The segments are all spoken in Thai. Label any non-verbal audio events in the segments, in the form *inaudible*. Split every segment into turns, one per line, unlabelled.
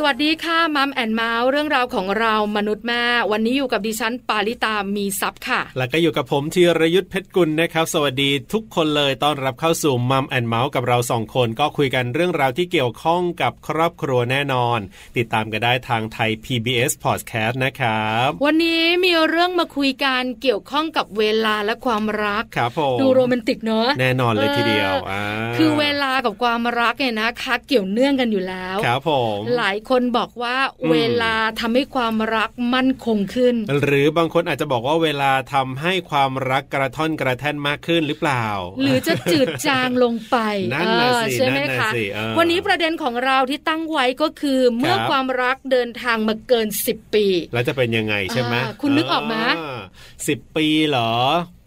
สวัสดีค่ะมัมแอนเมาส์เรื่องราวของเรามนุษย์แม่ วันนี้อยู่กับดิฉันปาริตามีซัพ์ค่ะ
แล้วก็อยู่กับผมธีรยุทธเพชรกุลนะครับ สวัสดีทุกคนเลยต้อนรับเข้าสู่มัมแอนเมาส์กับเราสองคน ก็คุยกันเรื่องราวที่เกี่ยวข้องกับครอบครัวแน่นอน ติดตามกันได้ทางไทย PBS Podcast นะครับ
วันนี้มีเรื่องมาคุยกันเกี่ยวข้องกับเวลาและความรัก
ครับผม
ดูโรแมนติกเนอะ
แน่นอนเลยทีเดียว
ออา คือเวลากับความรักเนี่ยนะคะเกี่ยวเนื่องกันอยู่แล้ว
ครับผม
หลายคนบอกว่า
อืม
เวลาทำให้ความรักมั่นคงขึ้น
หรือบางคนอาจจะบอกว่าเวลาทำให้ความรักกระท่อนกระแท่นมากขึ้นหรือเปล่า
หรือจะจืดจางลงไป
*laughs* นั่นน่ะ
เออ
สิ
ใช่ไหม
นั่นน่ะ
คะ
สิเออ
วันนี้ประเด็นของเราที่ตั้งไว้ก็คือ เมื่อ
ครับ
ความรักเดินทางมาเกิน 10 ปี
แล้วจะเป็นยังไงใช่ไหม
อ่าคุณนึกออกไหมา
สิบปีเหรอ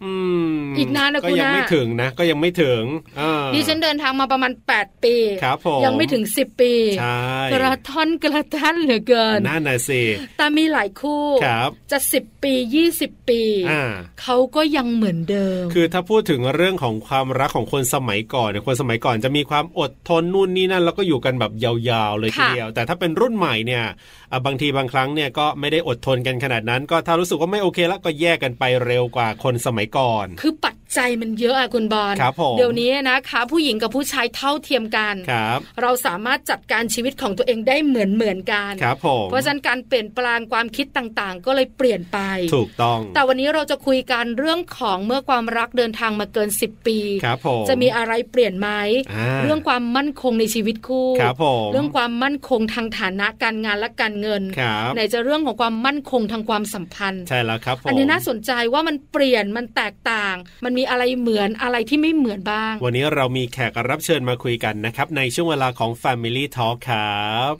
อืม
อีกนานนะ
ก็
คุณ
ยัง
นะ
ไม่ถึงนะ ก็ยังไม่ถึงอ่า
ดิฉันเดินทางมาประมาณ 8 ปี
ครับผม
ยังไม่ถึง 10 ปี
ใช่
กระท่อนกระแท่นเหลือเกิน
นั่นน่ะสิ
แต่มีหลายคู่
ครับ
จะ 10 ปี 20 ปี
อ่า
เขาก็ยังเหมือนเดิม
คือถ้าพูดถึงเรื่องของความรักของคนสมัยก่อนเนี่ยคนสมัยก่อนจะมีความอดทนนู่นนี่นั่นแล้วก็อยู่กันแบบยาวๆเลยที
ค่ะ
เดียว แต่ถ้าเป็นรุ่นใหม่เนี่ยอ่ะบางทีบางครั้งเนี่ยก็ไม่ได้อดทนกันขนาดนั้น ก็ถ้ารู้สึกว่าไม่โอเคแล้วก็แยกกันไปเร็วกว่าคนสมัยก่อน
คือปัจจัยมันเยอะอะคุณบอล
ครับผม
เดี๋ยวนี้นะคะ ผู้หญิงกับผู้ชายเท่าเทียมกัน
ครับ
เราสามารถจัดการชีวิตของตัวเองได้เหมือนเหมือนๆกัน
ครับผม
เพราะฉะนั้นการเปลี่ยนแปลงความคิดต่างๆ ก็เลยเปลี่ยนไป
ถูกต้อง
แต่วันนี้เราจะคุยกันเรื่องของเมื่อความรักเดินทางมาเกิน 10 ปี
ครับผม
จะมีอะไรเปลี่ยนไหม
อ่า
เรื่องความมั่นคงในชีวิตคู่
ครับผม
เรื่องความมั่นคงทางฐานะการงานและการเงิน
ครับ
ไหนจะเรื่องของความมั่นคงทางความสัมพันธ์
ใช่แล้วครับผม
อันนี้น่าสนใจว่ามันเปลี่ยนมันแตกต่าง มันมีอะไรเหมือนอะไรที่ไม่เหมือนบ้าง
วันนี้เรามีแขกรับเชิญมาคุยกันนะครับ ในช่วงเวลาของ Family Talk ครับ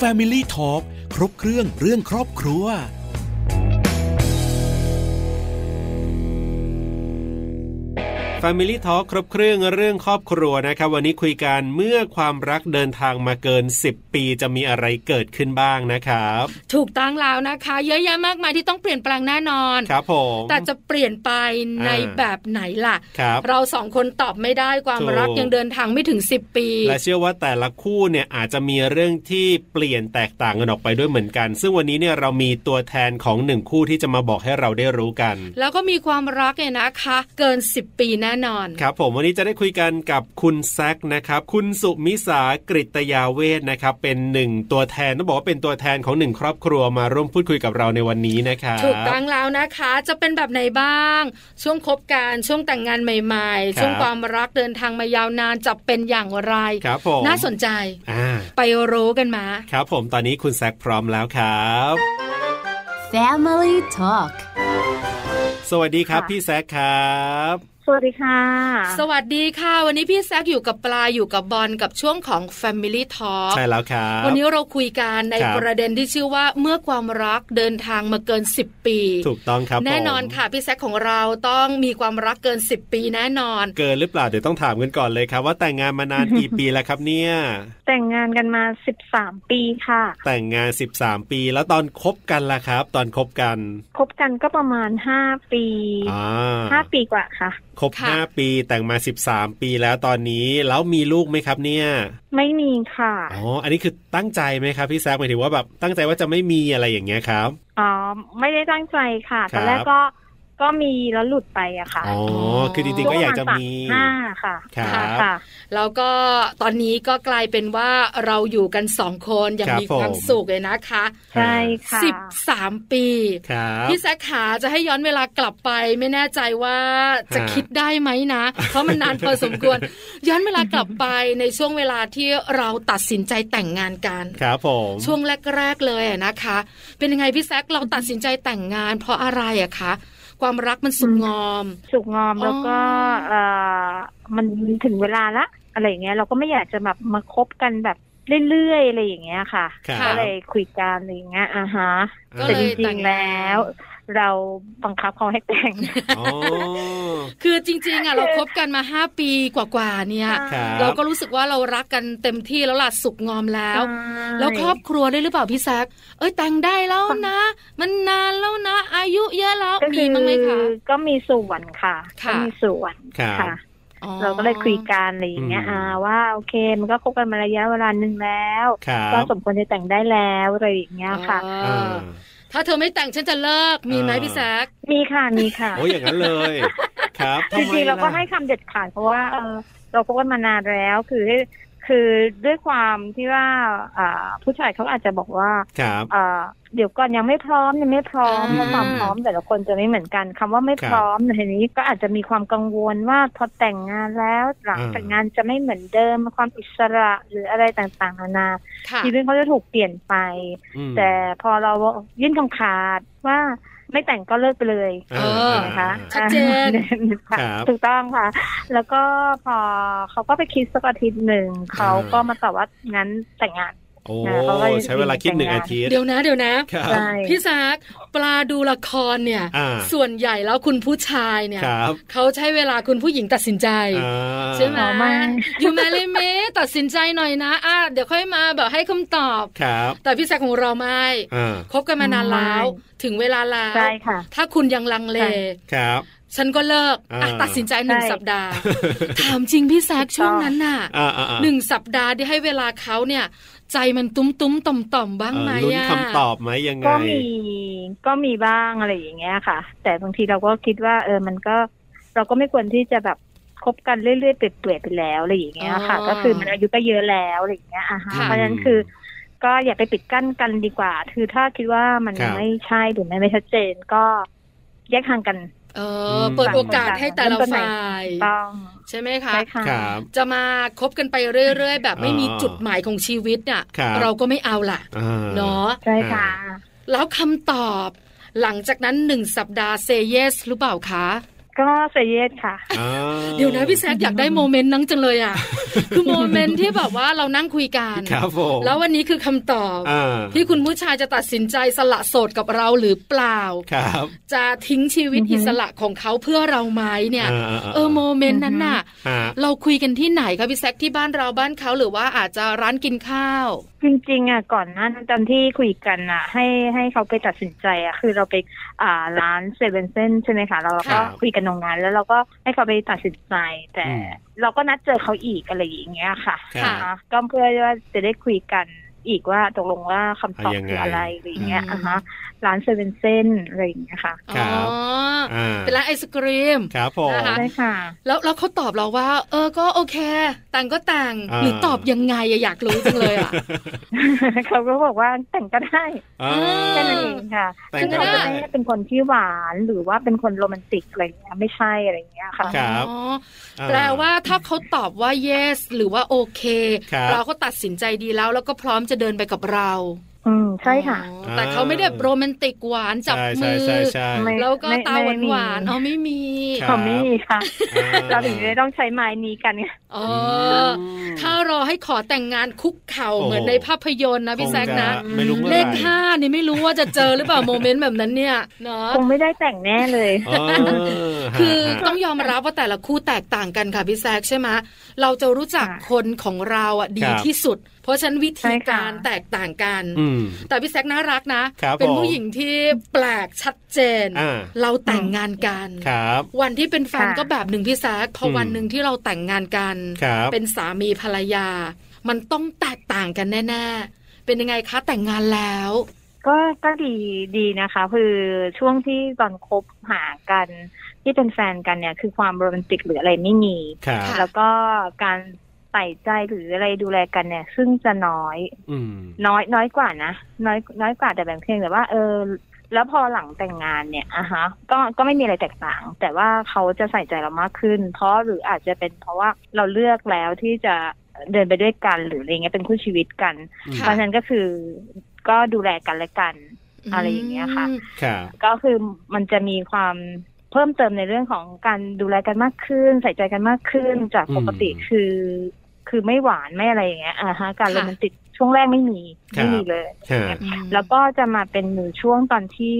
Family Talk ครบเครื่องเรื่องครอบครัว
Family Talk ครบเครื่องเรื่องครอบครัวนะครับ วันนี้คุยกันเมื่อความรักเดินทางมาเกิน 10 ปีจะมีอะไรเกิดขึ้นบ้างนะครับ
ถูกต้องแล้วนะคะ เยอะแยะมากมายที่ต้องเปลี่ยนแปลงแน่นอน
ครับผม
แต่จะเปลี่ยนไปใน
อ่า
แบบไหนล่ะ
ครับ
เราสองคนตอบไม่ได้ความ
ถูก
รักยังเดินทางไม่ถึง 10 ปี
และเชื่อว่าแต่ละคู่เนี่ยอาจจะมีเรื่องที่เปลี่ยนแตกต่างกันออกไปด้วยเหมือนกัน ซึ่งวันนี้เนี่ยเรามีตัวแทนของหนึ่งคู่ที่จะมาบอกให้เราได้รู้กัน
แล้วก็มีความรักเนี่ยนะคะ เกิน 10 ปีแน่นอน
ครับผมวันนี้จะได้คุยกันกับคุณแซกนะครับ คุณสุมิสากริตยาเวทนะครับ เป็นหนึ่งตัวแทนต้องบอกว่าเป็นตัวแทนของหนึ่งครอบครัวมาร่วมพูดคุยกับเราในวันนี้นะครับ
ถูกต้องแล้วนะคะ จะเป็นแบบไหนบ้าง ช่วงคบกันช่วงแต่งงานใหม่ๆ ช่วงความรักเดินทางมายาวนานจะเป็นอย่างไร
ครับผม
น่าสนใจ
อ่า
ไปรู้กันมา
ครับผมตอนนี้คุณแซกพร้อมแล้วครับ
Family Talk
สวัสดีครับ
ค่ะ
พี่แซกครับ
สวัสดีค่ะ
สวัสดีค่ะ วันนี้พี่แซกอยู่กับปลาอยู่กับบอลกับช่วงของ Family Talk
ใช่แล้วครับ
วันนี้เราคุยกันใน
ครับ
ประเด็นที่ชื่อว่าเมื่อความรักเดินทางมาเกิน 10 ปี
ถูกต้องครับผม
แน่นอนค่ะ พี่แซคของเราต้องมีความรักเกิน 10 ปีแน่นอน
เกินหรือเปล่าเดี๋ยวต้องถามกันก่อนเลยครับ ว่าแต่งงานมานานกี่ปีแล้วครับเนี่ย
แต่งงานกันมา 13 ปีค่ะ
แต่งงาน 13 ปีแล้วตอนคบกันล่ะครับ ตอนคบกัน
คบกันก็ประมาณ 5 ปี
อ่า
5 ปีกว่าค่ะ
ครบ
ค่ะ
ห้าปีแต่งมาสิบสามปีแล้วตอนนี้แล้วมีลูกไหมครับเนี่ย
ไม่มีค่ะ
อ๋ออันนี้คือตั้งใจไหมครับพี่แซคหมายถึงว่าแบบตั้งใจว่าจะไม่มีอะไรอย่างเงี้ยครับ
อ๋อ ไม่ได้ตั้งใจค่ะ
ครับ
ตอนแรกก็ก็มีแล้วหลุดไปอะค่ะ
อ๋อคือจริงๆก็อยากจะมี
ช่วงประาณสาห้าค่ะ
ครับ
ค่ะ
แล้วก็ตอนนี้ก็กลายเป็นว่าเราอยู่กันสองคนอย่าง
ครับ
มีความ
ผม
สุขเลยนะคะ
ใช่ค่ะ
สิบสามปี
ครับ
พี่แซคขาจะให้ย้อนเวลากลับไป ไม่แน่ใจว่าจะคิดได้ไหมนะ เพราะมันนานพอสม
*laughs*
ควร ย้อนเวลากลับไปในช่วงเวลาที่เราตัดสินใจแต่งงานกัน
ครับผม
ช่วงแรก ๆ เลยอะนะคะ เป็นยังไงพี่แซคเราตัดสินใจแต่งงาน เพราะอะไรอะคะ ความรักมันสุขงอม
สุกงอมแล้วก็
อ๋อ
เอ่อมันถึงเวลาละ อะไรอย่างเงี้ย เราก็ไม่อยากจะแบบมาคบกันแบบเรื่อยๆอะไรอย่างเงี้ยค่ะ
ครับ
ก็เลยคุยกันอะไรอย่างเงี้ยอ่าฮะ
ก็
แต่
เล
จ
ย
ริงๆแล้ว เราบังคับเขาให้แต่ง
อ๋อ
คือจริงๆอ่ะเราคบกันมาห้าปีกว่าๆเนี่ย
ครับ
เราก็รู้สึกว่าเรารักกันเต็มที่แล้วล่ะสุกงอมแล้ว แล้วครอบครัวได้วยหรือเปล่าพี่แซกเอ้ยแต่งได้แล้วนะ มันนานแล้วนะ อายุเยอะแล้ว
ก็
มี
คือ
มั้างไหมคะ
ก็มีส่วนค่ะ
ค่ะ
ก็มีส่วน
ครับ
ค่ะ
อ๋อ
เราก็เลยคุยกันอะไรอย่างเงี้ย
อืม
อ่าว่าโอเค มันก็คบกันมาระยะเวลาหนึ่งแล้ว
ครั
ก็
บ
สมควรจะแต่งได้แล้วอะไรอย่างเงี้ยค่ะ
เออถ้าเธอไม่แต่งฉันจะเลิก มีไหมพี่แซก
มีค่ะมีค่ะ
โอ้ยอย่างนั้นเลย ครับ
จ
ทำไม
ริงๆเราก็ให้คำเด็ดขาดเพราะว่าเออเราคบกันมานานแล้วคือคือด้วยความที่ว่าอ่าผู้ชายเขาอาจจะบอกว่า
ครับ
อ่าเดี๋ยวก่อนยังไม่พร้อมยังไม่พร้อม
อ่า
เพราะความพร้อมแต่ละคนจะไม่เหมือนกันคำว่าไม่
ครับ
พร้อมในทีนี้ก็อาจจะมีความกังวลว่าพอแต่งงานแล้วหลัง
อ่า
แต่งงานจะไม่เหมือนเดิมความอิสระหรืออะไรต่างๆนานา
ค่ะ
ชีวิตเขาจะถูกเปลี่ยนไป
อืม
แต่พอเรายื่นคำขาดว่าไม่แต่งก็เลิกไปเลย
เอ
เอ
อ
อ
นะคะ
ชัดเจน
อ่า
ครับ
ถูกต้องค่ะ แล้วก็พอเขาก็ไปคิดสักอาทิตย์หนึ่งเขาก็มาตอบว่างั้นแต่งงาน
โอ้
นะเขาก็
ใช้เวลาคิดหนึ่งอาทิตย์
เดี๋ยวนะเดี๋ยวนะ
ครับ
ใช่
พี่แซกปลาดูละครเนี่ย
อ่า
ส่วนใหญ่แล้วคุณผู้ชายเนี่ย
ครับ
เขาใช้เวลาคุณผู้หญิงตัดสินใจ
อ่า
ใช่ไหม
อ๋อไม่
อยู่มาเลยเมตัดสินใจหน่อยนะอ่ะเดี๋ยวค่อยมาแบบให้คำตอบ
ครับ
แต่พี่แซกของเราไม่
อ่า
คบกันมานานแล้ว ถึงเวลาแล้ว
ใช่ค่ะ
ถ้าคุณยังลังเล
ใช่
ครับ
ฉันก็เลิกอ่ะ
อ่า
ตัดสินใจหนึ่ง
ใช่
สัปดาห์ ถามจริงพี่แซกช่วงนั้นน่ะ
อ่าอ่าอ่า
หนึ่งสัปดาห์ที่ให้เวลาเขาเนี่ย ใจมันตุ้มตุ้มๆต่อมต่อมๆบ้าง
เออ
ไหม
ลุ้น
อะ
คำตอบไหมยังไง
ก็มีก็มีบ้างอะไรอย่างเงี้ยค่ะ แต่บางทีเราก็คิดว่า เออมันก็ เราก็ไม่ควรที่จะแบบคบกันเรื่อยๆเปื่อยๆไปแล้วอะไรอย่างเงี้ยค่ะ
อ๋อ
ก็คือมันอายุก็เยอะแล้วอะไรอย่างเงี้ยอ่ะฮะ
ค่ะ
เพราะฉะนั้นคือ ก็อย่าไปปิดกั้นกันดีกว่า คือถ้าคิดว่ามัน
ครับ
ไม่ใช่หรือไม่ไม่ชัดเจนก็แยกทางกัน
เออเปิด
ต่างคน
โอกาส
ต่าง
ให้แต่ละ
เริ่มต้นใหม่
ฝ่าย
ต้อง
ใช่ไหมคะ
ใช่ค่ะ
ครับ
จะมาคบกันไปเรื่อย ๆ แบบไม่มีจุดหมายของชีวิตเนี่ย
ครับ
เราก็ไม่เอาล่ะ
อ่า
เนาะ
ใช่ค่ะ
แล้วคำตอบ หลังจากนั้นหนึ่งสัปดาห์เซเยสหรือเปล่าคะ
ก็เสียเยสค่ะ
อ่า
เดี๋ยวนะพี่
*laughs*
แซกอยากได้โมเมนต์นั้นจังเลยอ่ะ คือโมเมนต์ที่แบบว่าเรานั่งคุยกัน
ครับผม
แล้ววันนี้คือคำตอบ
อ่า
ที่คุณผู้ชายจะตัดสินใจสละโสดกับเราหรือเปล่า
ครับ
จะทิ้งชีวิต
อือฮึ
อิสระของเขาเพื่อเราไหมเนี่ย
าาา
เออโมเมนต์นั้นน่ะ
ฮะ
เราคุยกันที่ไหนคะพี่แซกที่บ้านเราบ้านเขาหรือว่าอาจจะร้านกินข้าว
จริงๆอ่ะก่อนหน้านั้นตอนที่คุยกันอ่ะ ให้ให้เขาไปตัดสินใจอ่ะคือเราไปอ่าร้านเซเว่นเซนใช่ไหมคะแล้วเรา
ครั
ก็
บ
คุยกันตรงนั้นแล้วเราก็ให้เขาไปตัดสินใจ แต่
อืม
เราก็นัดเจอเขาอีกอะไรอย่างเงี้ยค่ะ
ครับ
ค่ะ
อ่ะก็เพื่อว่าจะได้คุยกันอีกว่าตกลงว่าคำตอบ
อ่ะยังไง
คืออะไรอะไรอย่างเงี้ย
อืม
อ่ะฮะร้านเซเว่นเซนอะไรอย่างเงี้ยค่ะ
ครั
อ๋อบ
อ่า
เป็นร้านไอศกรีม
ครับผม
นะคะ
ใช่ค่ะ *laughs*
แล้วแล้วเขาตอบเราว่า เออก็โอเค แต่งก็แต่ง
อ่า
หรือตอบยังไงอะอยากรู้จังเลยอ่ะ
เขาก็บอกว่าแต่งก็ได้
อ่า
แค่นั้นเองค่ะ
แต่ง
ซึ่ง
ก็
เขา
ได้
จะไม่ได้เป็นคนที่หวานหรือว่าเป็นคนโรแมนติกอะไรอย่างเงี้ยไม่ใช่อะไรอย่างเงี้ยค่ะ
ครับ
อ๋อ
อ่
แปลว่าถ้าเขาตอบว่า yes หรือว่าโอเค
ครับ
เราก็ตัดสินใจดีแล้ว แล้วก็พร้อมจะเดินไปกับเรา
อืมใช่ค่ะ
อ๋อแต่เขาไม่ได้โรแมนติกหวานจับมื
ใช่
อ
ใช่ใช่ใช่
ไม่
แล้วก็ตาหวานหวาน
ไม่ไม่มี
เอาไม่มี
ครับ
เขาไม่มี
อ่
ค่ะเราถึงได้ต้องใช้ไม้นี้กันไง
เอ
อื
อ
ม
อถ้ารอให้ขอแต่งงานคุกเข่า
โอ้
เหมือนในภาพยนตร์นะพี่แซกนะ
คงจไม่รู้เมื่อ
เลข
ไหร่
ห้านี่ไม่รู้ว่าจะเจอหรือเปล่า *laughs* โมเมนต์แบบนั้นเนี่ยเนาะ
คงไม่ได้แต่งแน่เลย
เออฮะ
คือ
ฮะ
ต้องยอมรับว่าแต่ละคู่แตกต่างกันค่ะพี่แซกใช่ไหมเราจะรู้จัก
ค่ะ
คนของเราอ่ะดี
ครับ
ที่สุด เพราะฉะนันวิ
ใช่
ธี
ค่ะ
การแตกต่างกัน
อืม
แต่พี่แซกน่ารักนะ
ครับ
เป็น
ผม
ผู้หญิงที่แปลกชัดเจน
อ่า
เราแต่งงานกัน
ครับ
วันที่เป็นแฟน
ค่ะ
ก็แบบหนึ่งพี่แซกพออ
ม
วันหนึ่งที่เราแต่งงานกัน
ครับ
เป็นสามีภรรยา มันต้องแตกต่างกันแน่ๆ เป็นยังไงคะแต่งงานแล้ว
ก็ก็ดีดีนะคะ คือช่วงที่ตอนคบหากันที่เป็นแฟนกันเนี่ย คือความโรแมนติกหรืออะไรไม่มี
ครับ
ค่ะ
แล้วก็การใส่ใจหรืออะไรดูแลกันเนี่ย ซึ่งจะน้อย
อืม
น้อยน้อยกว่านะน้อยน้อยกว่าแต่แบบเพียงแต่ว่า เออ แล้วพอหลังแต่งงานเนี่ยอ่ะฮะ ก็ก็ไม่มีอะไรแตกต่าง แต่ว่าเขาจะใส่ใจเรามากขึ้น เพราะหรืออาจจะเป็นเพราะว่าเราเลือกแล้วที่จะเดินไปด้วยกันหรืออะไรเงี้ยเป็นคู่ชีวิตกัน เพ
ค่ะ
ราะฉะนั้นก็คือก็ดูแลกันและกัน อะไรอย่างเงี้ยค่ะ
อืม
ครับ
ก็คือมันจะมีความเพิ่มเติมในเรื่องของการดูแลกันมากขึ้น ใส่ใจกันมากขึ้นจากปกติ
อืม
คือ คือไม่หวานไม่อะไรอย่างเงี้ยอ่าฮะการ
ค่ะ
โรแมนติก ช่วงแรกไม่มี
ครับ
ไม่มีเลย
ฮะ
อืม
แล้วก็จะมาเป็นหนูช่วงตอนที่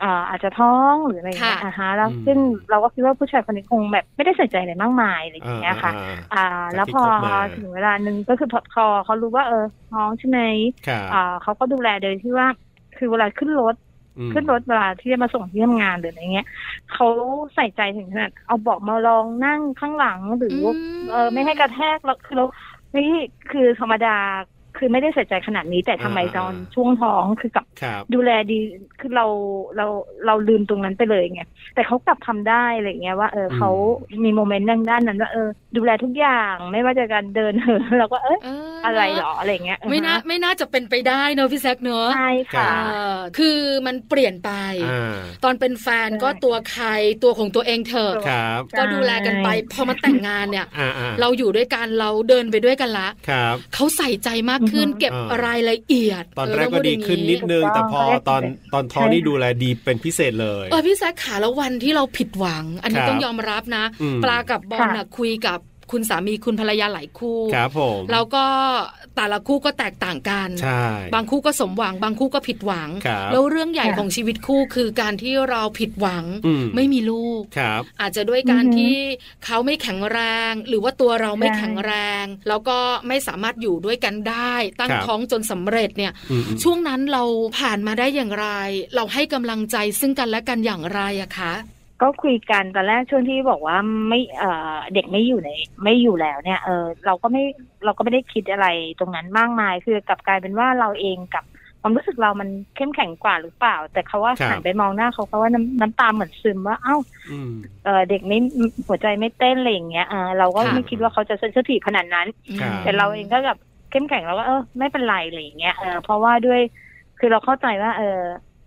เอ่ออาจจะท้องหรืออะไรอย่างเงี้ย
ค่ะ
อ่ะฮะแล้ว
อืม
ซึ่งเราก็คิดว่าผู้ชายคนนี้คงแบบไม่ได้สนใจอะไรมากมายอะไรอย่างเงี้ยค่ะ
อ่า
อ่า
จาก
แล้ว
ที่
พอ
คบมา
ถึงเวลาหนึ่งก็คือพอพอเขารู้ว่าเออท้องใช่ไหม
ครับ
อ่าเขาก็ดูแลโดยที่ว่า คือเวลาขึ้นรถ
อืม
ขึ้นรถเวลาที่จะมาส่งที่ทำงานหรืออะไรเงี้ยเขาใส่ใจถึงขนาดเอาเบาะมารองนั่งข้างหลังหรืออ
ม
เออไม่ให้กระแทกแล้วคือเราเฮ้ยคือธรรมดาคือไม่ได้ใส่ใจขนาดนี้ แต่ทำไมตอนช่วงท้องคือกลับ
ครับ
ดูแลดี คือเรา เรา เราลืมตรงนั้นไปเลยไง แต่เขากลับทำได้อะไรเงี้ยว่า เออเขามีโมเมนต์ด้านด้านนั้นว่า เออ ดูแลทุกอย่าง ไม่ว่าจะการเดินเหิน *laughs* เราก็ เออ
เ
อะไรเหรอ อะไรเงี้ย
ไม่น่า
อ่าฮะ
ไม่น่าจะเป็นไปได้เนอะพี่แซกเนอะ
ใช่ค่ะ
เออคือมันเปลี่ยนไป
อ่า
ตอนเป็นแฟน
ใช่
ก็ตัวใครตัวของตัวเองเถอะ
ครับ
ก็ดูแลกันไป
ใช่
พอมาแต่งงานเนี่ย
อ่าอ่า
เราอยู่ด้วยกันเราเดินไปด้วยกันละ
ครับ
เขาใส่ใจมากขึ้น
อือฮึ
เก็บ
อ่าร
รายละเอียด
ตอนแรก
เง
ก็
พู
ดี
ย่าง
ขึ้นนิดนึง
ถูกต้อง
แต่พอตอน
ใช่
ตอนท้องนี่
ใช่
ดูแลดีเป็นพิเศษเลย
เออพี่แซกขาแล้ววันที่เราผิดหวัง อันนี้
ครับ
ต้องยอมรับนะ
อืม
ปลากับบอลน่ะคุยกับคุณสามีคุณภรรยาหลายคู่
ครับผม
แล้วก็แต่ละคู่ก็แตกต่างกัน
ใช่
บางคู่ก็สมหวัง บางคู่ก็ผิดหวัง
ครับ
แล้วเรื่องใหญ่
ค่ะ
ของชีวิตคู่คือการที่เราผิดหวัง
อืม
ไม่มีลูก
ครับ
อาจจะด้วยการ
อือฮึ
ที่เขาไม่แข็งแรง หรือว่าตัวเราไม่
ใช่
แข็งแรง แล้วก็ไม่สามารถอยู่ด้วยกันได้ ตั้ง
ครับ
ท้องจนสำเร็จเนี่ย
อืมอืม
ช่วงนั้นเราผ่านมาได้อย่างไร เราให้กำลังใจซึ่งกันและกันอย่างไรอะคะ
ก็คุยกันตอนแรกช่วงที่บอกว่าไม่เออเด็กไม่อยู่ในไม่อยู่แล้วเนี่ยเออเราก็ไม่เราก็ไม่ได้คิดอะไรตรงนั้นมากมาย คือกลับกลายเป็นว่าเราเองกับความรู้สึกเรามันเข้มแข็งกว่าหรือเปล่า แต่เขาว่าหันไปมองหน้าเขาเขาว่าน้ำน้ำตาเหมือนซึมว่าเอ้า
อืม
เอ่อเด็กไม่หัวใจไม่เต้นอะไรอย่างเงี้ยอ่าเราก็
ค่ะ
ไม่คิดว่าเขาจะเซนซิทีฟขนาดนั้น
ครับ
แต่เราเองก็แบบเข้มแข็งเราก็เออไม่เป็นไรอะไรอย่างเงี้ยเออเพราะว่าด้วยคือเราเข้าใจว่า เออ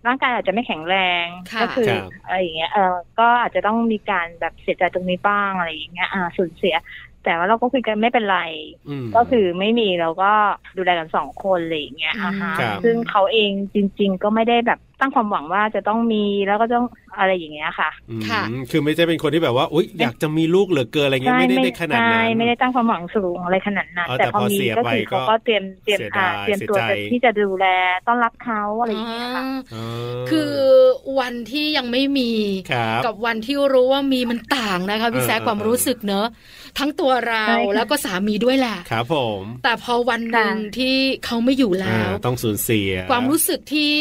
ร่างกายอาจจะไม่แข็งแรง
ค่ะ
ก็คือ
ครับ
อะไรอย่างเงี้ยเออก็อาจจะต้องมีการแบบเสียใจตรงนี้บ้างอะไรอย่างเงี้ยอ่าสูญเสีย แต่ว่าเราก็คุยกันไม่เป็นไร
ม
ก็คือไม่มีเราก็ดูแลกันสองคนอะไรอย่างเงี้ยอ่าฮะ
ครับ
ซึ่งเขาเองจริง ๆ ก็ไม่ได้แบบตั้งความหวังว่าจะต้องมีแล้วก็ต้องอะไรอย่างเงี้ยค่ะ
ม
ค่ะ
คือไม่ใช่เป็นคนที่แบบว่า อุ๊ย อยากจะมีลูกเหลือเกินอะไรเงี้ย ไม่ได้ได้ขนาดนั้น
ใช่ไม่ได้ตั้งความหวังสูงอะไรขนาดนั้น
อ๋อแต่
แต่พอ
พอ
มี
เสีย
ก็
ไป
คือเขาก็เตรียมเตรียม
เสียดาย
อ่าเตรียมตัว
เสียใจ
ที่จะดูแลต้อนรับเขาอะไรอย่างเงี้ยค่ะ
อ่า
อ่า
คือวันที่ยังไม่มี
ครับ
กับวันที่รู้ว่ามีมันต่างนะคะพี่แซค
เออ
ความรู้สึกเนอะทั้งตัวเรา
ใช่ค่ะ
แล้วก็สามีด้วยแหละ
ครับผม
แต่พอวันหนึ่ง
ค่ะ
ที่เขาไม่อยู่แล้
อ่าว ต้องสูญเสีย
ความรู้สึกที่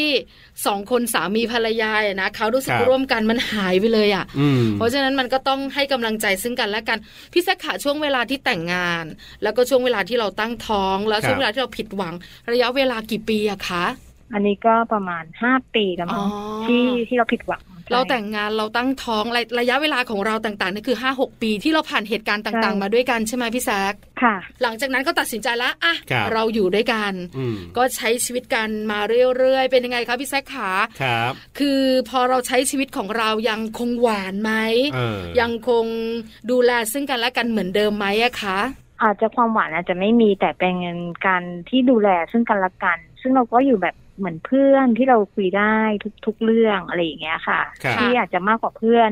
สองคนสามีภรรยาอะนะเขารู้สึก
ครับ
ร่วมกันมันหายไปเลยอ่ะ
อืม
เพราะฉะนั้นมันก็ต้องให้กำลังใจซึ่งกันและกันพี่แซคขาช่วงเวลาที่แต่งงาน แล้วก็ช่วงเวลาที่เราตั้งท้อง แล้ว
ครับ
ช่วงเวลาที่เราผิดหวัง ระยะเวลากี่ปีอะคะ
อันนี้ก็ประมาณห้าปีแล้ว
อ๋
มั้
อง
ที่ที่เราผิดหวังใช่
เราแต่งงานเราตั้งท้องระระยะเวลาของเราต่างๆนี่คือห้าหกปีที่เราผ่านเหตุการณ์ต่าง
ใช่
ๆ มาด้วยกันใช่ไหมพี่แซค
ค่ะ
หลังจากนั้นก็ตัดสินใจละอ่ะ
ครับ
เราอยู่ด้วยกัน
อืม
ก็ใช้ชีวิตกันมาเรื่อยๆ เป็นยังไงคะพี่แซคขา
ครับ
คือพอเราใช้ชีวิตของเรายังคงหวานไหม
เออ
ยังคงดูแลซึ่งกันและกันเหมือนเดิมไหมอะคะ
อาจจะความหวานอาจจะไม่มีแต่เป็นการที่ดูแลซึ่งกันและกัน ซึ่งเราก็อยู่แบบเหมือนเพื่อนที่เราคุยได้ทุกทุกเรื่องอะไรอย่างเงี้ยค่ะ
ครับ
ที่อาจจะมากกว่าเพื่อน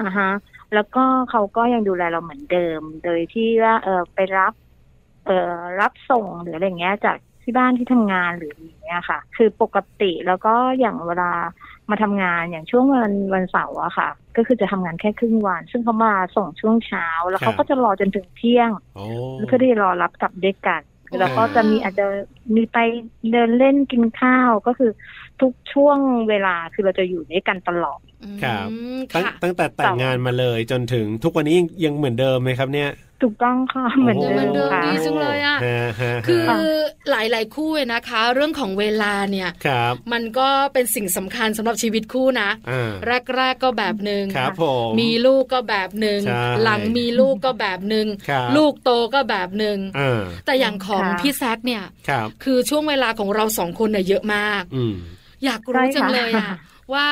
อ่าฮะ แล้วก็เขาก็ยังดูแลเราเหมือนเดิม โดยที่ว่าเออไปรับ เออรับส่งหรืออะไรอย่างเงี้ย จากที่บ้านที่ทำงานหรืออย่างเงี้ยค่ะ คือปกติแล้วก็อย่างเวลามาทำงานอย่างช่วงวันวันเสาร์อะค่ะ ก็คือจะทำงานแค่ครึ่งวัน ซึ่งเขามาส่งช่วงเช้า แล้ว
ค
เขา
รับ
ก็จะรอจนถึงเที่ยง
โอ้
เพื่อที่รอรับกลับด้วยกัน แล้วก็
อ่า
จะมีอาจจะมีไปเดินเล่นกินข้าวก็คือทุกช่วงเวลาคือเราจะอยู่ด้วยกันตลอด
ครับ
อืม
ตั้ง
ค่ะ
ตั้งแต่แต่งงานมาเลยจนถึงทุกวันนี้ยังยังเหมือนเดิมไหมครับเนี่ย
ถูกต้องค่ะเหมือนเดิ
เหมือน
ม
เดิม
ค่ะ
ดีจังเลยอะ
ฮะฮะฮะ
คือหลายๆคู่เลยนะคะ เรื่องของเวลาเนี่ย
ครับ
มันก็เป็นสิ่งสำคัญสำหรับชีวิตคู่นะ
อ่า
แรก ๆก็แบบหนึ่ง
ครับผม
มีลูกก็แบบหนึ่ง
ใช่
หลังมีลูกก็แบบหนึ่ง
ครับ
ลูกโตก็แบบหนึ่ง
อ่า
แต่อย่างของ
ค่ะ
พี่แซคเนี่ย
ครับ
คือช่วงเวลาของเราสองคนเนี่ยเยอะมาก
อืม
อยากรู้จังเลย
ใช่
อะ
ค่ะ
ว่า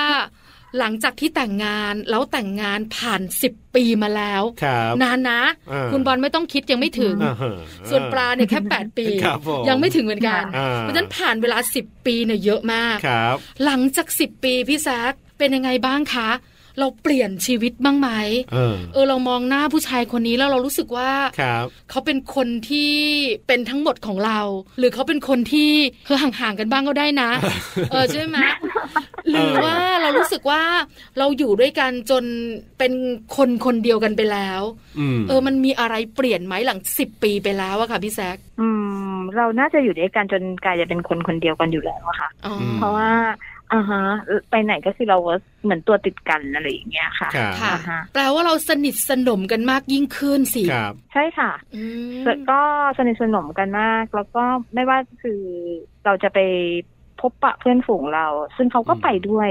หลังจากที่แต่งงานแล้วแต่งงานผ่านสิบปีมาแล้ว
ครับ
นานนะ
อ่า
คุณบอลไม่ต้องคิดยังไม่ถึง
อ่าฮะ
ส่วนปลาเนี่ยแค่ 8 ปี
ครับผม
ยังไม่ถึงเหมือนกัน
อ่า
เพราะฉะนั้นผ่านเวลา 10 ปีเนี่ยเยอะมาก
ครับ
หลังจาก 10 ปีพี่แซกเป็นยังไงบ้างคะ เราเปลี่ยนชีวิตบ้างไหม
เออ
เออเรามองหน้าผู้ชายคนนี้แล้วเรารู้สึกว่า
ครับ
เขาเป็นคนที่เป็นทั้งหมดของเรา หรือเขาเป็นคนที่เฮ้อห่างๆกันบ้างก็ได้นะ
*laughs*
เออใช่ไหมหรือว่าเรารู้สึกว่าเราอยู่ด้วยกันจนเป็นคนคนเดียวกันไปแล้ว
อืม
เออมันมีอะไรเปลี่ยนไหมหลังสิบปีไปแล้วอะค่ะพี่แซก
อืม เราน่าจะอยู่ด้วยกันจนกลายจะเป็นคนคนเดียวกันอยู่แล้วอะค่ะ
อ๋อ
เพราะว่าอ่าฮะไปไหนก็คือเราก็เหมือนตัวติดกันอะไรอย่างเงี้ยค่ะ
ครับ
ค่ะ
อ่าฮะ
แปลว่าเราสนิทสนมกันมากยิ่งขึ้นสิ
ครับ
ใช่ค่ะ
อืม
ก็สนิทสนมกันมาก แล้วก็ไม่ว่าคือเราจะไปพบปะเพื่อนฝูงเรา ซึ่งเขาก็
อืม
ไปด้วย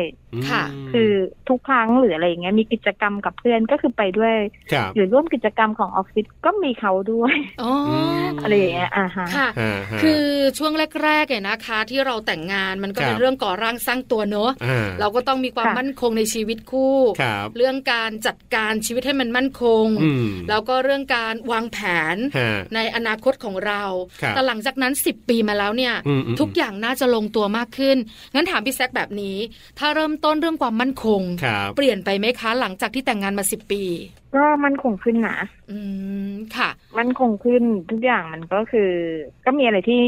ค่ะ
คือทุกครั้งหรืออะไรอย่างเงี้ยมีกิจกรรมกับเพื่อนก็คือไปด้วย
ครับ
หรือร่วมกิจกรรมของออฟฟิศก็มีเขาด้วย
อ๋อ
ม
อะไรอย่างเงี้ยอ่าฮะ
ค่ะ
อ่าฮะ
คือช่วงแรกๆเนี่ยนะคะ ที่เราแต่งงานมันก็เป็
ครั
น
บ
เรื่องก่อร่างสร้างตัวเนอะ
อ่า
เราก็ต้องมีความ
ค่ะ
มั่นคงในชีวิตคู่
ครับ
เรื่องการจัดการชีวิตให้มันมั่นคง
อืม
แล้วก็เรื่องการวางแผน
ฮะ
ในอนาคตของเรา
ครับ
แต่หลังจากนั้น 10 ปีมาแล้วเนี่ย
อืมอืม
ทุกอย่างน่าจะลงตัวมากขึ้น งั้นถามพี่แซกแบบนี้ ถ้าเริ่มต้นเรื่องความมั่นคง
ครับ
เปลี่ยนไปไหมคะ หลังจากที่แต่งงานมา 10 ปี
ก็มันคงขึ้นนะ
อืมค่ะ
มันคงขึ้นทุกอย่างมันก็คือ ก็มีอะไรที่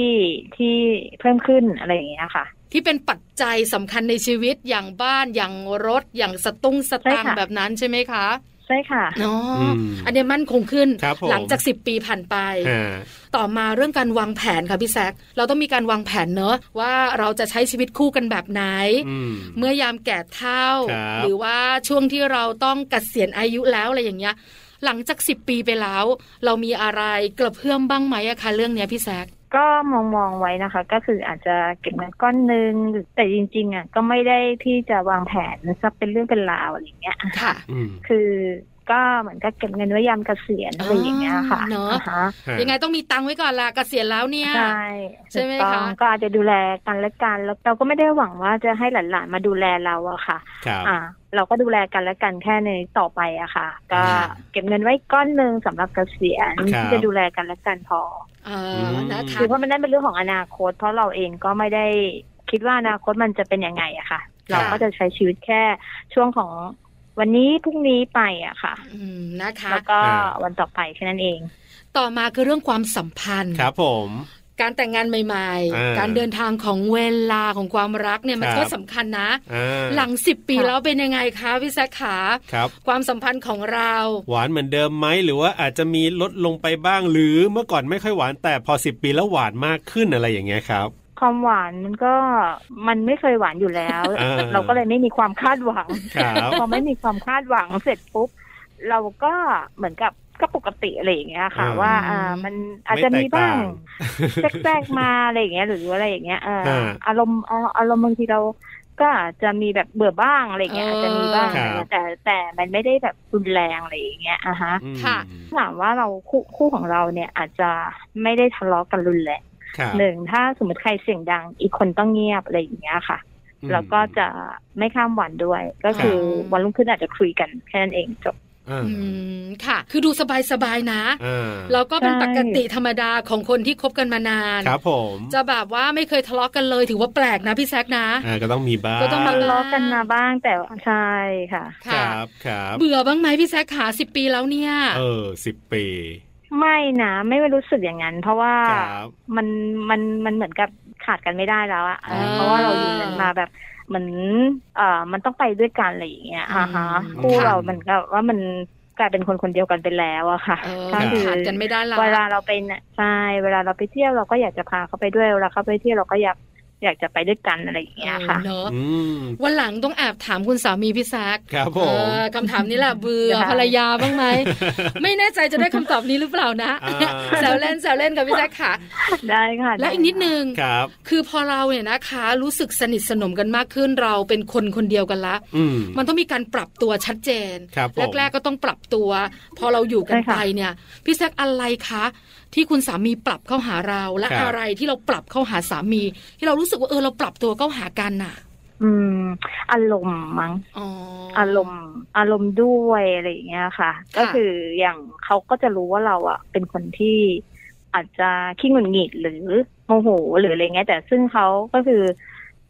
ที่เพิ่มขึ้นอะไรอย่างเงี้ยค่ะ
ที่เป็นปัจจัยสำคัญในชีวิตอย่างบ้านอย่างรถอย่างสตุ้งสตางค์
ใช่ค่ะ
แบบนั้นใช่ไหมคะ
ใช่ค่ะ
เนาะ
อืม
อันเนี้ยมั่นคงขึ้น
ครับผม
หลัจาก 10 ปีผ่านไป
อ่า
ต่อมาเรื่องการวางแผนค่ะพี่แซคเราต้องมีการวางแผนเนอะว่าเราจะใช้ชีวิตคู่กันแบบไหน
อืม
เมื่อยามแก่เฒ่า
ครับ
หรือว่าช่วงที่เราต้องเกษียณอายุแล้วอะไรอย่างเงี้ย หลังจาก 10 ปีไปแล้ว เรามีอะไรกระเพื่อมบ้างไหมอะคะเรื่องเนี้ยพี่แซค
ก็มองมองไว้นะคะ ก็คืออาจจะเก็บเงินก้อนหนึ่งหรือแต่จริงๆอ่ะก็ไม่ได้ที่จะวางแผนซะเป็นเรื่องเป็นราวอะไรอย่างเงี้ย
ค่ะ
อืม
คือก็เหมือนก็เก็บเงินไว้ยามเกษียณอะไรอย่างเงี้ยค่ะ
อ๋อเนอะ
นะคะ
ฮะ
ยังไงต้องมีตังค์ไว้ก่อนละเกษียณแล้วเนี่ย
ใช่
ใช่ไหมคะ
ถูกต้องก็อาจจะดูแลกันและกันแล้วเราก็ไม่ได้หวังว่าจะให้หลานๆมาดูแลเราอะค่ะ
ครับ
อ่า เราก็ดูแลกันและกันแค่ในต่อไปอะค่ะ ก็
ค่ะ
เก็บเงินไว้ก้อนหนึ่งสำหรับเกษียณ
ครับ
ที่จะดูแลกันและกันพอ
เอออ
ม
นะคะ
คือเพราะมันนั่นเป็นเรื่องของอนาคต เพราะเราเองก็ไม่ได้คิดว่าอนาคตมันจะเป็นยังไงอะค่ะ เราก็จะใช้ชีวิตแค่ช่วงของวันนี้พรุ่งนี้ไปอะค่ะ
อืมนะคะ
แล้วก็
อ่า
วันต่อไปแค่นั้นเอง
ต่อมาคือเรื่องความสัมพันธ์
ครับผม
การแต่งงานใหม่
อ่า
ๆ การเดินทางของเวลาของความรักเนี่ยมัน
ครับ
ก็สำคัญนะ
อ่า
หลังสิบปี
ค่ะ
แล้วเป็นยังไงคะพี่แซคขา
ครับ
ความสัมพันธ์ของเรา
หวานเหมือนเดิมไหมหรือว่าอาจจะมีลดลงไปบ้างหรือเมื่อก่อนไม่ค่อยหวานแต่พอสิบปีแล้วหวานมากขึ้นอะไรอย่างเงี้ยครับ
ความหวานมันก็มันไม่เคยหวานอยู่แล้ว
อ่า
เราก็เลยไม่มีความคาดหวัง
ครับ
พอไม่มีความคาดหวังเสร็จปุ๊บเราก็เหมือนกับก็ปกติอะไรอย่างเงี้ยค่ะ
อืม
ว่าอ่ามันอาจจะมีบ้าง
*laughs*
แทรกๆมาอะไรอย่างเงี้ยหรืออะไรอย่างเงี้ยเอออา อารมณ์เอ่ออารมณ์บางทีเราก็อาจจะมีแบบเบื่อบ้างอะไรอย่างเงี้ย
เอออ
อาจจะมีบ้าง
ค
อะ
รับ
ไรเงี้ยแต่แต่มันไม่ได้แบบรุนแรงอะไรอย่างเงี้ยอ่ะฮะ
อืม
ค่ะ
ถามว่าเราคู่คู่ของเราเนี่ยอาจจะไม่ได้ทะเลาะกันรุนแรง
ครับ
หนึ่งถ้าสมมติใครเสียงดัง อีกคนต้องเงียบอะไรอย่างเงี้ยค่ะ
อืม
แล้วก็จะไม่ข้ามวันด้วย ก็คือ
ครับ
วันรุ่งขึ้นอาจจะคุยกันแค่นั้นเองจบ
อา
อืมค่ะ คือดูสบายๆนะ
อ่า
แล้วก็เป็น
ใช่
ปกติธรรมดาของคนที่คบกันมานาน
ครับผม
จะแบบว่าไม่เคยทะเลาะกันเลยถือว่าแปลกนะพี่แซคนะ
อ่าก็ต้องมีบ้าง
ก็ต้อง
ทะ
มีบ้ง
เลาะกันมาบ้างแต่ว่าใช่ค่ะ
ครับครับ
เบื่อบ้างไหมพี่แซคขาสิบปีแล้วเนี่ย
เออสิบปี
ไม่นะไม่รู้สึกอย่างนั้น เพราะว่า
ครับ
มันมันมันเหมือนกับขาดกันไม่ได้แล้วอะเออ
อ่า
เพราะว่าเราอยู่กันมาแบบเหมือนเอ่อมันต้องไปด้วยกันอะไรอย่างเงี้ยอ่าฮะ
อืม
คู่
ค่ะ
เรามันก็ว่ามันกลายเป็นคนคนเดียวกันไปแล้วอะค่ะ
เออ
ก็คือ
ขาดกันไม่ได้ละ
เวลาเราไปน่ะใช่เวลาเราไปเที่ยวเราก็อยากจะพาเขาไปด้วยเวลาเขาไปเที่ยวเราก็อยากอยากจะไปด้วยกันอะไรอย่างเงี้ยค่ะ
เออเนอะ
อืม
วันหลังต้องแอบถามคุณสามีพี่แซค
ครับผ
เอ
ม *laughs*
อคำถามนี้แหละเบื่อ
ค่ะ
ภรรยาบ้างไหม ไม่แน่ใจจะได้คำตอบนี้หรือเปล่านะ
อ่า
แซวเล่นแซวเล่นกับพี่แจ๊คค่ะ
ได้ค่ะ
และอีกนิดนึง
ครับ
คือพอเราเนี่ยนะคะ รู้สึกสนิทสนมกันมากขึ้นเราเป็นคนคนเดียวกันละ
อืม
มันต้องมีการปรับตัวชัดเจน
ครับผม
แรกๆก็ต้องปรับตัว พอเราอยู่กันไปเนี่ย พี่แซคอะไรคะ ที่คุณสามีปรับเข้าหาเราและ
ครับ
อะไรที่เราปรับเข้าหาสามี ที่เรารู้สึกว่าเออเราปรับตัวเข้าหากันน่ะ
อืมอารมณ์มั้ง
อ๋ออ
อารมณ์อารมณ์ด้วยอะไรอย่างเงี้ยค่ะ
ค่ะ
ก็คืออย่างเขาก็จะรู้ว่าเราอ่ะเป็นคนที่อาจจะขี้หงุดหงิดหรือโมโหหรืออะไรเงี้ยแต่ซึ่งเขาก็คือ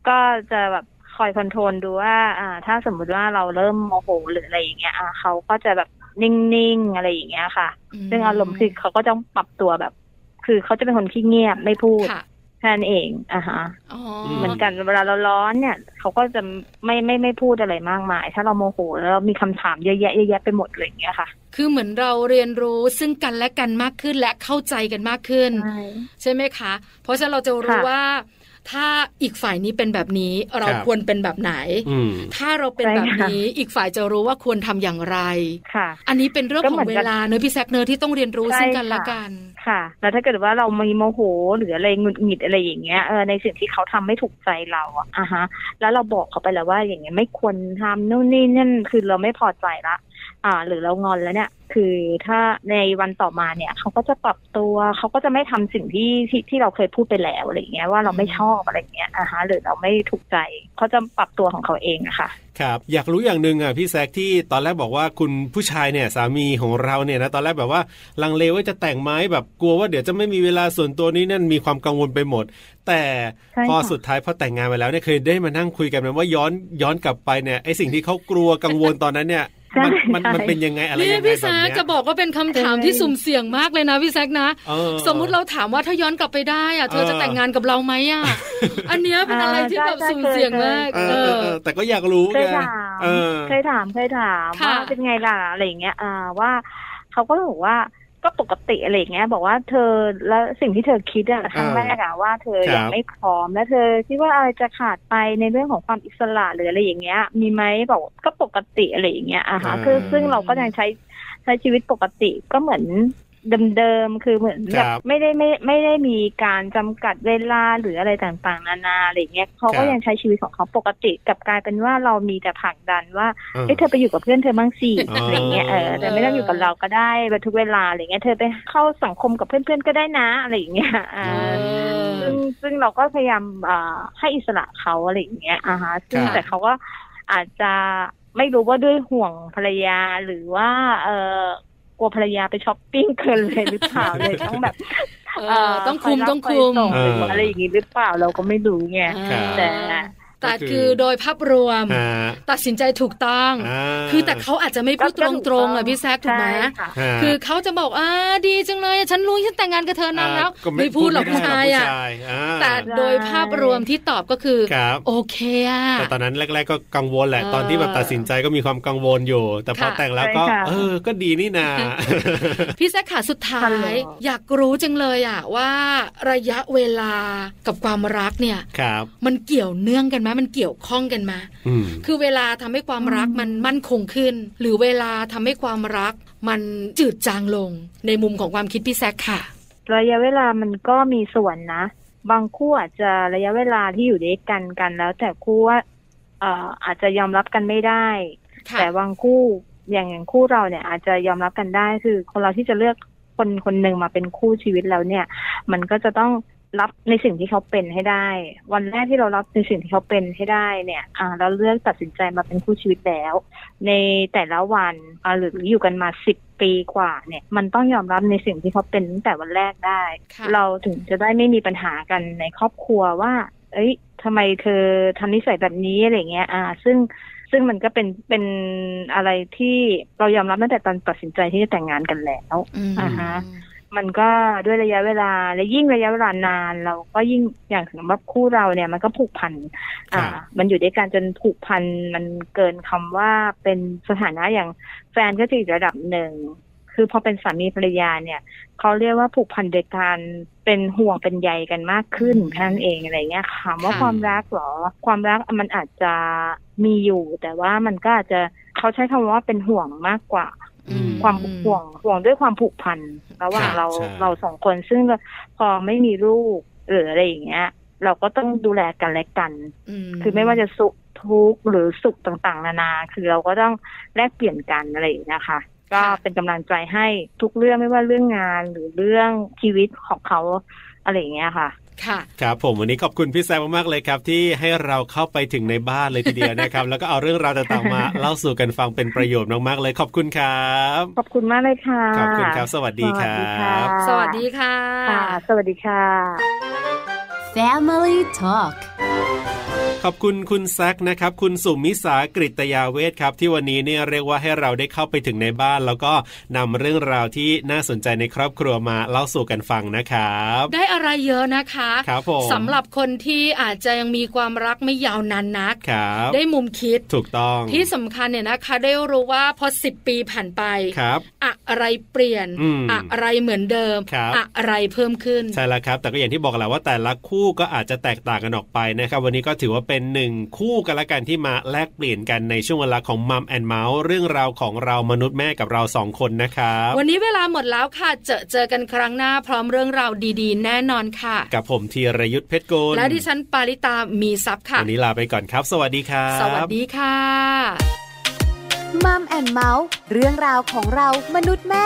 ก็จะแบบ คอยคอนโทรลดูว่า อ่า ถ้าสมมุติว่าเราเริ่มโมโหหรืออะไรอย่างเงี้ยอ่าเขาก็จะแบบนิ่งๆอะไรอย่างเงี้ยค่ะ ซึ่งอารมณ์คือเขาก็ต้องปรับตัวแบบ คือเขาจะเป็นคนขี้เงียบไม่พูด
ค่ะ
แค่นั้นเองอ่าฮะ
อ๋อ
เหมือนกันเวลาเราร้อนเนี่ยเขาก็จะไม่ไม่ไม่พูดอะไรมากมาย ถ้าเราโมโหแล้วเรามีคำถามเยอะแยะเยอะแยะไปหมดเลยอย่างเงี้ยค่ะ
คือเหมือนเราเรียนรู้ซึ่งกันและกันมากขึ้นและเข้าใจกันมากขึ้น
ใช่
ใช่ไหมคะ เพราะฉะนั้นเราจะรู้
ค่ะ
ว่า ถ้าอีกฝ่ายนี้เป็นแบบนี้เรา
ครับ
ควรเป็นแบบไหน
อืม
ถ้าเราเป็นแบบนี้อีกฝ่ายจะรู้ว่าควรทำอย่างไร
ค่ะ
อันนี้เป็นเรื่อง
ก็
ขอ
เห
ง
มือ
เว
นกัน
ลาเนอะพี่แซกเนอะที่ต้องเรียนรู้
ใช่
ซึ่งกัน
ค่ะ
และกัน
ค่ะ แล้วถ้าเกิดว่าเรามีโมโหหรืออะไรหงุดหงิดอะไรอย่างเงี้ยเออในสิ่งที่เขาทำไม่ถูกใจเราอะอ่ะฮะ แล้วเราบอกเขาไปแล้วว่าอย่างเงี้ยไม่ควรทำนู่นนี่นั่นคือเราไม่พอใจละ อ่า หรือเรางอนแล้วเนี่ย คือถ้าในวันต่อมาเนี่ย เขาก็จะปรับตัวเขาก็จะไม่ทำสิ่งที่ที่ที่เราเคยพูดไปแล้วอะไรอย่างเงี้ยว่าเราไม่ชอบอะไรอย่างเงี้ยอ่ะฮะหรือเราไม่ถูกใจเขาจะปรับตัวของเขาเองอะค่ะ
ครับอยากรู้อย่างหนึ่งอ่ะพี่แซกที่ตอนแรกบอกว่าคุณผู้ชายเนี่ยสามีของเราเนี่ยนะตอนแรกแบบว่าลังเลว่าจะแต่งไหมแบบกลัวว่าเดี๋ยวจะไม่มีเวลาส่วนตัวนี้นั่นมีความกังวลไปหมด แต่
ใช่ค่ะ
พอสุดท้ายพอแต่งงานไปแล้วเนี่ยเคยได้มานั่งคุยกันไหมว่าย้อนย้อนกลับไปเนี่ยไอสิ่งที่เขากลัวกังวลตอนนั้นเนี่ยมันมันมันเป็นยังไงอะไร
นี่
ยังไง
พี่
แบ
แซ
บ
ก
เนี้ย
จะบอกว่าเป็นคำถามที่สุ่มเสี่ยงมากเลยนะพี่แซกนะ
เออ
สมมุติเราถามว่าถ้าย้อนกลับไปได้อะเธอ
เออ
จะแต่งงานกับเราไหมอะ อันเนี้ยเป็นอะไรที่แบบ
อ่าใช่
สุ่มเสี่ยงมาก
เออ
เอ
เออ
อ
เออแต่ก็อยากรู้
เค
ไง
ยถาม
เออ
เคยถามเคยถาม
ค่ะ
ว่าเป็นไงล่ะอะไรอย่างเงี้ย อ่าว่าเขาก็บอกว่าก็ปกติอะไรอย่างเงี้ย บอกว่าเธอแล้วสิ่งที่เธอคิดอะครั้งแรกอะว่าเธอ
ครับ
ยังไม่พร้อมและเธอคิดว่าอะไรจะขาดไปในเรื่องของความอิสระหรืออะไรอย่างเงี้ย มีไหมบอกก็ปกติอะไรอย่างเงี้ยอ่ะฮะ
อ่า
คือซึ่งเราก็ยังใช้ใช้ชีวิตปกติก็เหมือนเดิมๆคือเหมือนแบ
ครับ
บไม่ได้ไม่ไม่ได้มีการจำกัดเวลาหรืออะไรต่างๆ นานาอะไรอย่างเงี้ยเขา
ครั
ก็
บ
ยังใช้ชีวิตของเขาปกติกลับกลายเป็นว่าเรามีแต่ผลักดันว่า
เออ
เอ้ยเธอไปอยู่กับเพื่อนเธอบ้างสิ
อ๋ออ
อะไรเงี้ยเออแต่ไม่ต้องอยู่กับเราก็ได้แบบทุกเวลาอะไรเงี้ยเธอไปเข้าสังคมกับเพื่อนๆก็ได้นะอะไรอย่างเงี้ยอ่า
เออ
ซึ่งซึ่งเราก็พยายามอ่าให้อิสระเขาอะไรอย่างเงี้ยอ่าฮะซึ่ง
ครับ
แต่เขาก็อาจจะไม่รู้ว่าด้วยห่วงภรรยาหรือว่าเออกลัวภรรยาไปช้อปปิ้งเกินเลยหรือเปล่าเลยต้องแบบ
เออต้องคุม
ยรับ
ต้องคุม
ยส่งหรือว่าอะไรอย่างงี้หรือเปล่าเราก็ไม่รู้ไง
ครับ
แต่
แต่คือโดยภาพรวม
อ่า
ตัดสินใจถูกต้อง
อ่า
คือแต่เขาอาจจะไม่พูดตรงๆอ่ะพี่แซกถูกไหม
ใช่ค่ะ
ฮะ
คือเขาจะบอกอ่าดีจังเลย ฉันรู้ฉันแต่งงานกับเธอนานแล้ว
อ่ก็
ไม่พูดหรอกผู้ชายอ่ะ
ผู้ชายอ่า
แต่โดยภาพรวมที่ตอบก็คือ
ครับ
โอเคอ่ะ
แต่ตอนนั้นแรก ๆ ก็กังวลแหละ
เออ
ตอนที่แบบตัดสินใจก็มีความกังวลอยู่ แต่พอ
ค่ะ
แต่งแล้วก็
ใช่ค่ะ
เออ ก็ดีนี่นา
พี่แซคขาสุดท้า
ฮัลโหล
ย อยากรู้จังเลยอ่ะว่าระยะเวลากับความรักเนี่ย
ครับ
มันเกี่ยวเนื่องกันไหมมันเกี่ยวข้องกันไหม
อืม
คือเวลาทำให้ความรักมันมั่นคงขึ้น หรือเวลาทำให้ความรักมันจืดจางลง ในมุมของความคิดพี่แซคค่ะ
ระยะเวลามันก็มีส่วนนะ บางคู่อาจจะระยะเวลาที่อยู่ด้วยกันกันแล้ว แต่คู่ว่าเอ่ออาจจะยอมรับกันไม่ได้
ค่ะ
แต่บางคู่อย่างอย่างคู่เราเนี่ย อาจจะยอมรับกันได้คือคนเราที่จะเลือกคนคนหนึ่งมาเป็นคู่ชีวิตแล้วเนี่ย มันก็จะต้องรับในสิ่งที่เขาเป็นให้ได้ วันแรกที่เรารับในสิ่งที่เขาเป็นให้ได้เนี่ย อ่าเราเลือกตัดสินใจมาเป็นคู่ชีวิตแล้ว ในแต่ละวันอ่าหรืออยู่กันมาสิบปีกว่าเนี่ย มันต้องยอมรับในสิ่งที่เขาเป็นตั้งแต่วันแรกได้
ค่ะ
เราถึงจะได้ไม่มีปัญหากันในครอบครัวว่า เอ้ยทำไมเธอทำนิสัยแบบนี้อะไรเงี้ย อ่า ซึ่งซึ่งมันก็เป็นเป็นอะไรที่เรายอมรับตั้งแต่ตอนตัดสินใจที่จะแต่งงานกันแล้ว
อืม
อ่าฮะ มันก็ด้วยระยะเวลาและยิ่งระยะเวลานาน เราก็ยิ่งอย่างสำหรับคู่เราเนี่ย มันก็ผูกพัน อ่า
ครับ
มันอยู่ด้วยกันจนผูกพันมันเกินคำว่าเป็นสถานะอย่างแฟนก็จะอีกระดับหนึ่ง คือพอเป็นสามีภรรยาเนี่ยเขาเรียกว่าผูกพันโดยการเป็นห่วงเป็นใยกันมากขึ้น
อืม
แค่นั้นเองอะไรเงี้ยค่ะว่า
ค่ะ
ความรักเหรอ ความรักมันอาจจะมีอยู่ แต่ว่ามันก็อาจจะเขาใช้คำว่าเป็นห่วงมากกว่า
อืม
ความห่วงห่วงด้วยความผูกพันระหว่า
ค
ง
รับ
เรา
ใช่
เราสองคนซึ่งพอไม่มีลูกหรืออะไรอย่างเงี้ย เราก็ต้องดูแลกันและกัน คือไม่ว่าจะสุขทุกข์หรือสุขต่างๆ นานา คือเราก็ต้องแลกเปลี่ยนกันอะไรอย่างเงี้ยค่ะ ก็
ค่ะ
เป็นกำลังใจให้ทุกเรื่องไม่ว่าเรื่องงานหรือเรื่องชีวิตของเขาอะไรอย่างเงี้ยค่ะ
ค่ะ
ครับผมวันนี้ขอบคุณพี่แซมมากๆเลยครับ ที่ให้เราเข้าไปถึงในบ้านเลยทีเดียวนะครับ *laughs* แล้วก็เอาเรื่องราวต่างๆมาเล่าสู่กันฟังเป็นประโยชน์มากๆเลยขอบคุณครับ
ขอบคุณมากเลยค่ะ
ขอบคุณครับสวัสดีครับ
สวัสดีค่ะ
ค่ะ สวัสดีค่ะ
Family Talk
ขอบคุณคุณแซกนะครับ คุณสุมิสากริตยาเวทครับ ที่วันนี้เนี่ยเรียกว่าให้เราได้เข้าไปถึงในบ้าน แล้วก็นำเรื่องราวที่น่าสนใจในครอบครัวมาเล่าสู่กันฟังนะครับ
ได้อะไรเยอะนะคะ
ครับผม
สำหรับคนที่อาจจะยังมีความรักไม่ยาวนานนัก
ครับ
ได้มุมคิด
ถูกต้อง
ที่สำคัญเนี่ยนะคะ ได้รู้ว่าพอ 10 ปีผ่านไป
ครับ
อะไรเปลี่ยน
อืม
อะไรเหมือนเดิม
ครับ
อะไรเพิ่มขึ้น
ใช่แล้วครับ แต่ก็อย่างที่บอกแหละว่าแต่ละคู่ก็อาจจะแตกต่างกันออกไปนะครับ วันนี้ก็ถือว่าเป็นหนึ่งคู่กันละกันที่มาแลกเปลี่ยนกันในช่วงเวลาของมัมแอนเมาส์เรื่องราวของเรามนุษย์แม่กับเราสองคนนะครับ
วันนี้เวลาหมดแล้วค่ะ เจอเจอกันครั้งหน้าพร้อมเรื่องราวดีๆ แน่นอนค่ะ
กับผมธีรยุทธเพชรกุล
และดิฉันปาริตามีซัพ์ค่ะ
วันนี้ลาไปก่อนครับ สวัสดีครับ
สวัสดีค่ะ
มัมแอนเมาส์เรื่องราวของเรามนุษย์แม่